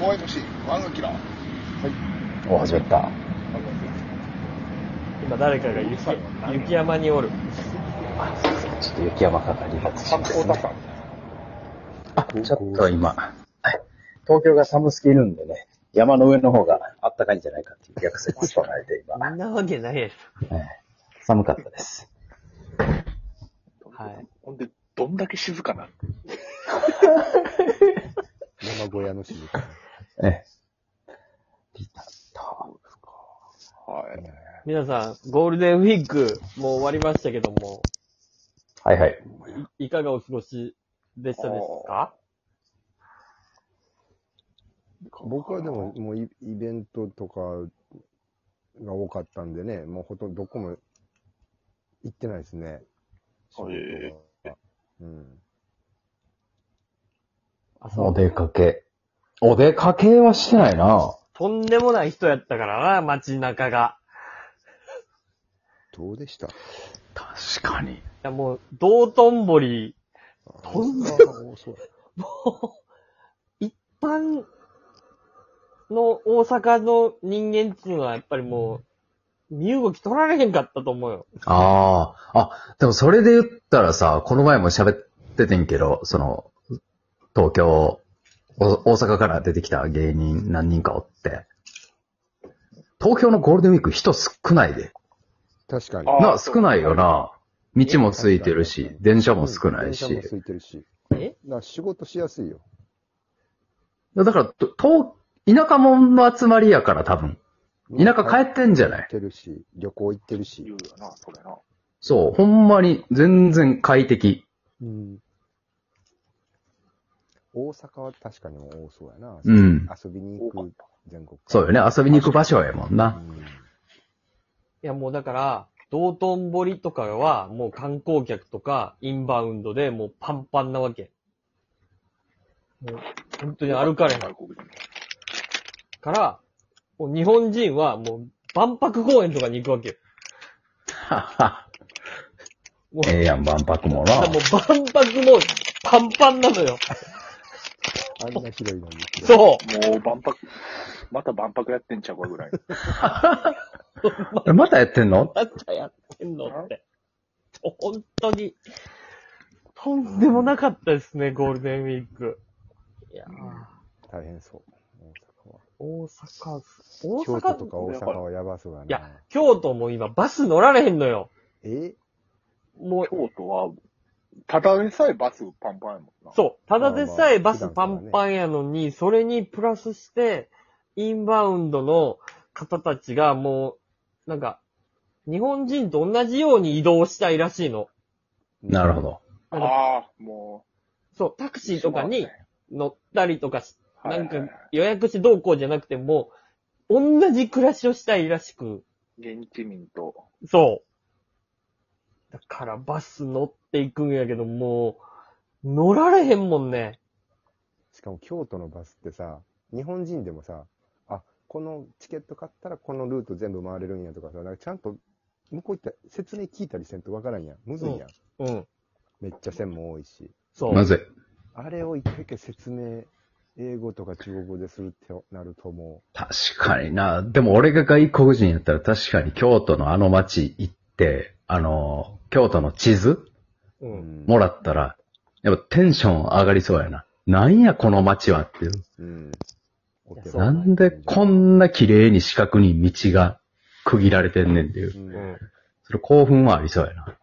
ボーイ MC ワングキラーお始まった。今誰かが雪雪山におる。ちょっと雪山かかりがち観光タカあ、 ちょっと今、はい東京が寒すぎるんでね、山の上の方があったかいんじゃないかっていう逆説を唱えてそん今、なわけないです。ええ寒かったです。はい。ほんでどんだけ静かな山小屋の静か。ええリタとはい皆さん、ゴールデンウィーク、もう終わりましたけども、はいはい。いかがお過ごしでしたですか 僕はでも、もうイイベントとかが多かったんでね、もうほとんどどこも行ってないですね。えうん。朝お出かけ。お出かけはしてないな。とんでもない人やったからな、街中が。どうでした確かに。いやもう、道頓堀、とんでもそう一般の大阪の人間っていうのはやっぱりもう、身動き取られへんかったと思うよ。ああ、あ、でもそれで言ったらさ、この前も喋っててんけど、その、東京、お大阪から出てきた芸人何人かおって、東京のゴールデンウィーク人少ないで。確かに。あな、そう少ないよな。道も空いてるし、電車も少ない電車もし。空いてるし。えだから仕事しやすいよ。だから、と東、田舎もんの集まりやから多分。田舎帰ってんじゃない行ってるし、旅行行ってる言しう。よなそれなそう、ほんまに全然快適。うん。大阪は確かに多そうやな。うん遊びに行く全国。そうよね、遊びに行く場所やもんう な。ん。いやもうだから、道頓堀とかはもう観光客とかインバウンドでもうパンパンなわけ。もう本当に歩かれへん外国人から、もう日本人はもう万博公園とかに行くわけよ。もう、ええやん、万博もだなから。もう万博もパンパンな のよ。あんな広いのに。そもう万博また万博やってんちゃうか ぐらいえまたやってんのう。なんだやってんのって。本当に、とんでもなかったですね、ゴールデンウィーク。いやー大変そう。大阪は。大阪、大京阪都とか大阪はやばそうやな。いや、京都も今バス乗られへんのよ。えもう、京都はただでさえバスパンパンやもんなそう。ただでさえまあバまあスパンパンやのに、それにプラスして、インバウンドの方たちがもう、なんか、日本人と同じように移動したいらしいの。なるほ。ど。ああもそう、タクうシーとかに乗ったりとかし、はいなんか予約してどうこうじゃなくても、同じ暮らしをしたいらしく、現地民とそう。だからバス乗っていくんやけど、もう、乗られへんもんね。しかも京都のバスってさ、日本人でもさ、あ、このチケット買ったらこのルート全部回れるんやとかさ、なんかちゃんと向こう行ったら説明聞いたりせんとわからんやん。むずいやん。うん。めっちゃ線も多いし。そう。まずい。あれを一回一回説明、英語とか中国語でするってなるとも確かにな。でも俺が外国人やったら確かに京都のあの街行って、あの、京都の地図う。う、うんん。もらったら、やっぱテンション上がりそうやな。なんやこの街はっていう。うん。お手そうなんでこんな綺麗に四角に道が区切られてんねんっていうう。ん。うあん。それ興奮はありそうやな。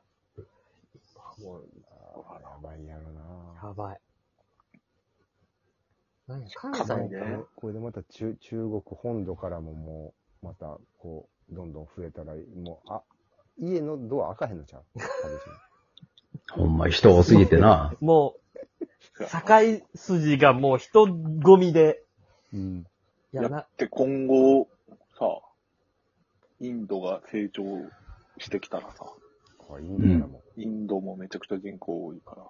もう、ーやばいやろな。やばい。何や、関か西ばいねね。これでまた中中国本土からももう、またこう、どんどん増えたら、もう、あ、家のドア開かへんのちゃうほんま人多すぎてな。もう、境筋がもう人混みで。うん。いや、な、で、今後、さ、インドが成長してきたらさ、これいいんだからもインドもめちゃくちゃ人口多いから、う、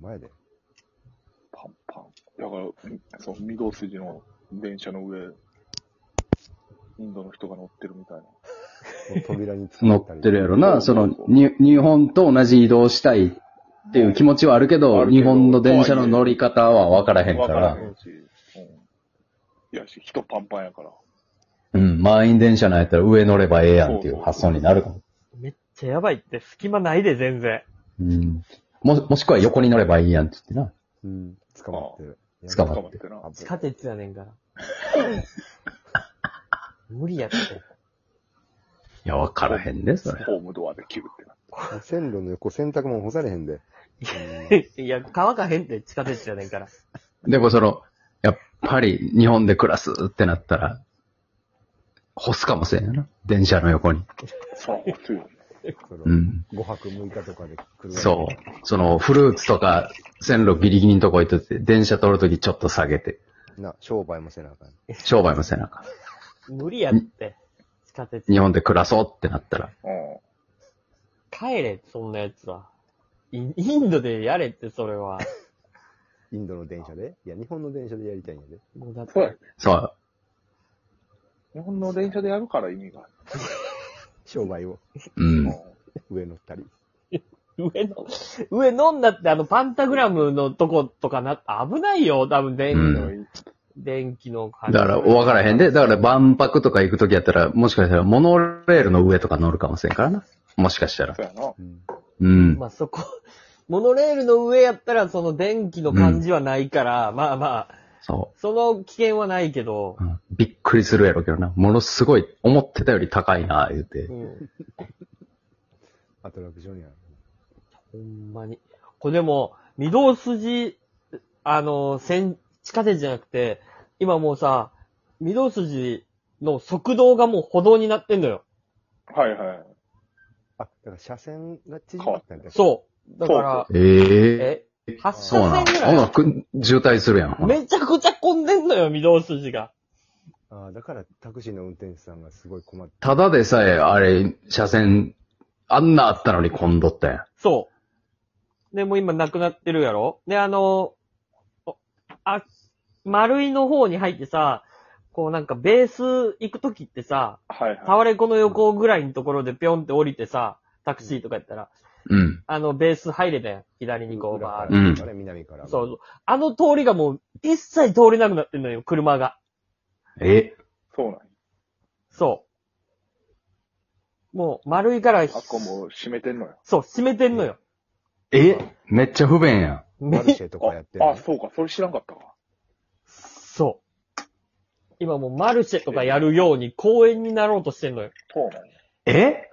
前で。パンパン。だから、その御堂筋の電車の上、インドの人が乗ってるみたいな。もう扉に突乗っ込んっだてりるやろな。その、に、日本と同じ移動したいっていう気持ちはあるけあど、るけど日本の電車の乗り方は分からへんかわかららへ。んし。やし、人パンパンやから。うん、満員電車なんやったら上乗ればええやんっていう発想になるかも。めっちゃやばいって、隙間ないで、全然。うん。も、もしくは横に乗ればいいやんって言ってな。うん。捕まってる。捕まっ捕まってな。危ない地下鉄やねんから。 無理やって。いや、わからへんで、それ。ホームドアで切るってな。線路の横、洗濯物干されへんで。いや、乾かへんって、地下鉄やねんから。でもその、やっぱり日本で暮らすってなったら、干すかもしれんよな。電車の横に。そう、普通よ。そのうん。 5泊6日とかで来る。そう。その、フルーツとか、線路ギリギリのとこ行っとって、電車通るときちょっと下げて、う。な、商売もせなあかん。商売もせなあかん無理やって。地下鉄。日本で暮らそうってなったら、うん。帰れ、そんなやつは。イン インドでやれって、それは。インドの電車でいや、日本の電車でやりたいんやで。もうだっそうやねて、。そう、日本の電車でやるから意味があ商売をうる。ん。う上乗ったり。 上の、上飲んだって、あの、パンタグラムのとことかな、危ないよ、多分、電、うんん。電気の感だから、わからへんで、だから万博とか行くときやったら、もしかしたらモノレールの上とか乗るかもしれんからな。もしかしたらそ。うやな。うん。うん。まあ、そこ、 モノレールの上やったら、その電気の感じはないから、まあまあ、そその危険はないけどう、うん。びっくりするやろうけどな。ものすごい、思ってたより高いな、言うてう。ん、アトラクションや。ほんまに。これでも、御堂筋、あの、線、地下鉄じゃなくて、今もうさ、御堂筋の側道がもう歩道になってんのよ。はいはい。あ、だから車線が縮まったんだう。そう。だから、えええ、8そうな車ん。線ぐほらな、く渋滞するやん。ほいなめちゃくちゃ混んでんのよ、御堂筋が。ああ、だからタクシーの運転手さんがすごい困って。ただでさえ、あれ、車線、あんなあったのに混んどったやん。そう。で、もう今なくなってるやろで、あの、おあ、丸いの方に入ってさ、こうなんかベース行くときってさ、はいはい。タワレコの横ぐらいのところでぴょんって降りてさ、タクシーとかやったら、うん。あのベース入れたやん。左にこう、バーうんあれ、南から。そうそう。あの通りがもう一切通れなくなってんのよ、車が。えそうなんやそう。もう丸いから、あっこもう閉めてんのよ。そう、閉めてんのよ。えめっちゃ不便やん。マルシェとかやってるあ、あの。そうか。それ知らんかったわ。そう。今もうマルシェとかやるように公園になろうとしてんのよ。そうなんや。え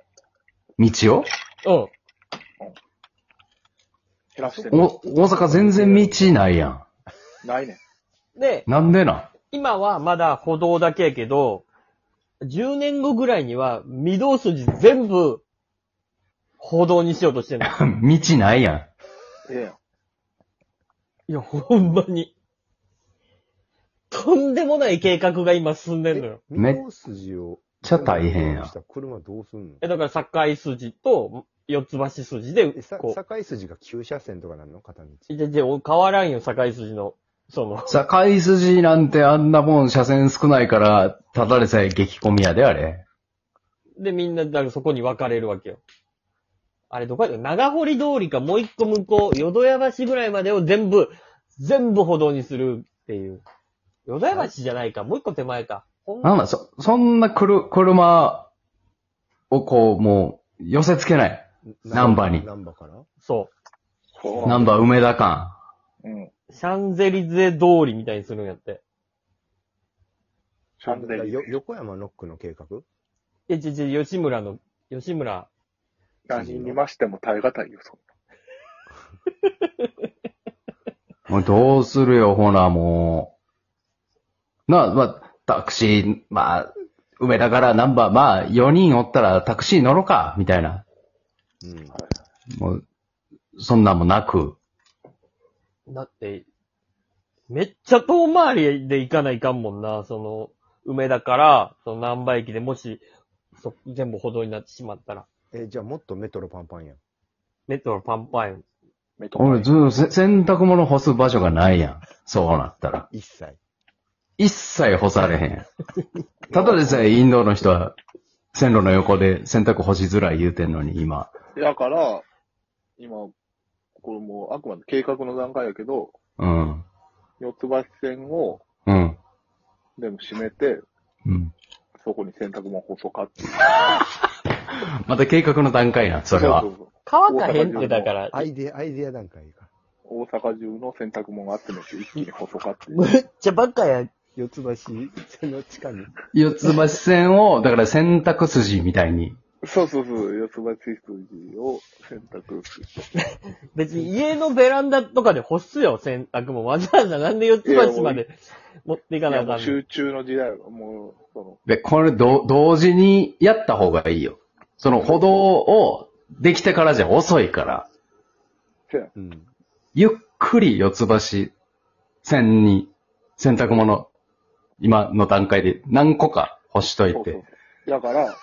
道をうん。減らしてんの。お、大阪全然道ないやん。ないねん。で、なんでなん今はまだ歩道だけやけど、10年後ぐらいには、御堂筋全部、歩道にしようとしてん の。道ないやん。ええやん。 いや、ほんまに。とんでもない計画が今進んでんのよ。めっ御堂筋を。ちゃ大変や。車どうすんのえ、だから、境筋と、四つ橋筋でえ、さ、、こう。境筋が急車線とかなんの片道。じゃ、じゃ、変わらんよ、境筋の、その、境筋なんてあんなもん車線少ないから、ただでさえ激混みやで、あれ。で、みんな、だからそこに分かれるわけよ。あれ、どこやった長堀通りか、もう一個向こう、淀屋橋ぐらいまでを全部、全部歩道にするっていう。淀屋橋じゃないか、もう一個手前か。ほんなんだ、そ、そんなくる、車をこう、もう、寄せ付けない。ナンバーにナンバーからそそうナンバー梅田間。ー。うん。う。シャンゼリゼ通りみたいにするんやって。シャンデリよ。横山ノックの計画え、ちち、吉村の、吉村。何見ましても耐え難いよ、そんもうどうするよ、ほら、もう。なあ、まあ、タクシー、まあ、梅田からナンバー、まあ、4人おったらタクシー乗ろうか、みたいな。うん。もう、そんなんもなく。だって、めっちゃ遠回りで行かないかんもんな、その、梅田から、その南波駅でもし、そ、全部歩道になってしまったら、え、じゃあもっとメトロパンパンやん。メトロパンパンよな。俺、ずっとせ洗濯物干す場所がないやん。そうなったら。一切。一切干されへん。ただでさえインドの人は線路の横で洗濯干しづらい言うてんのに、今。だから、今、これもうあくまで計画の段階やけど、うん。四つ橋線をうん。でも閉めて、うん。そこに洗濯物干そうかっていう。また計画の段階な、それはう。うそう乾かへんってだから、アイデア、アイデア段階か。大阪中の洗濯物集めて一気に細かっていう。むっちゃバカやん。四つ橋の地下に。四つ橋線を、だから洗濯筋みたいに。そうそうそう、四つ葉チ筋を洗濯する。別に家のベランダとかで干すよ、洗濯も。わざわざなんで四つ橋まで持っていかいなや、あもかうんの集中の時代は、もう、その、で、これ、ど、同時にやった方がいいよ。その歩道をできてからじゃ遅いから、せや、うん。ゆっくり四つ橋線に洗濯物、今の段階で何個か干しといそうそてう。。だから、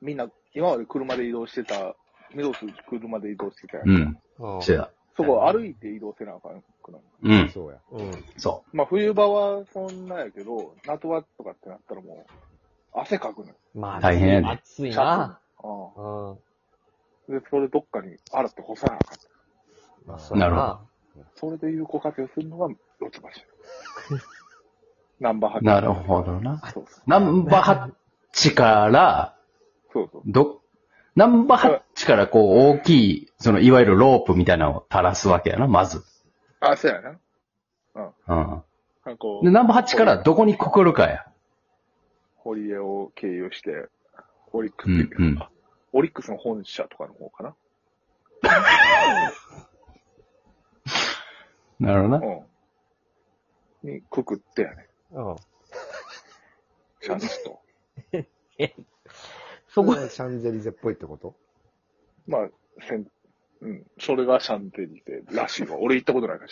みんな、今まで車で移動してた、ミドス車で移動してたやん。うん。うんしてた。そこ歩いて移動せなあかんくなる。うん。そうや。うん。そまあ、冬場はそんなやけど、夏場とかってなったらもう、汗かくのよ。まあ、大変やね。暑いな。あうん。あで、それどっかに洗って干さなあかん。まあ、そうなるほど。それで有効活用するのが、四つ橋。 ナンバー8。なるほどな。そうそうナンバー8から、そうそう。ど、ナンバー8からこう大きい、そのいわゆるロープみたいなのを垂らすわけやな、まず。あ、そうやな。うん。なんかこうで、ナンバー8からどこにくくるかや。堀江を経由して、オリックス、うんうんあオリックスの本社とかの方かな。なるほどな。うん。にくくってやね。うん。シャンスと。そこれ、はシャンゼリゼっぽいってことまあ、せん、うん。それがシャンテリゼらしいわ。俺行ったことないから知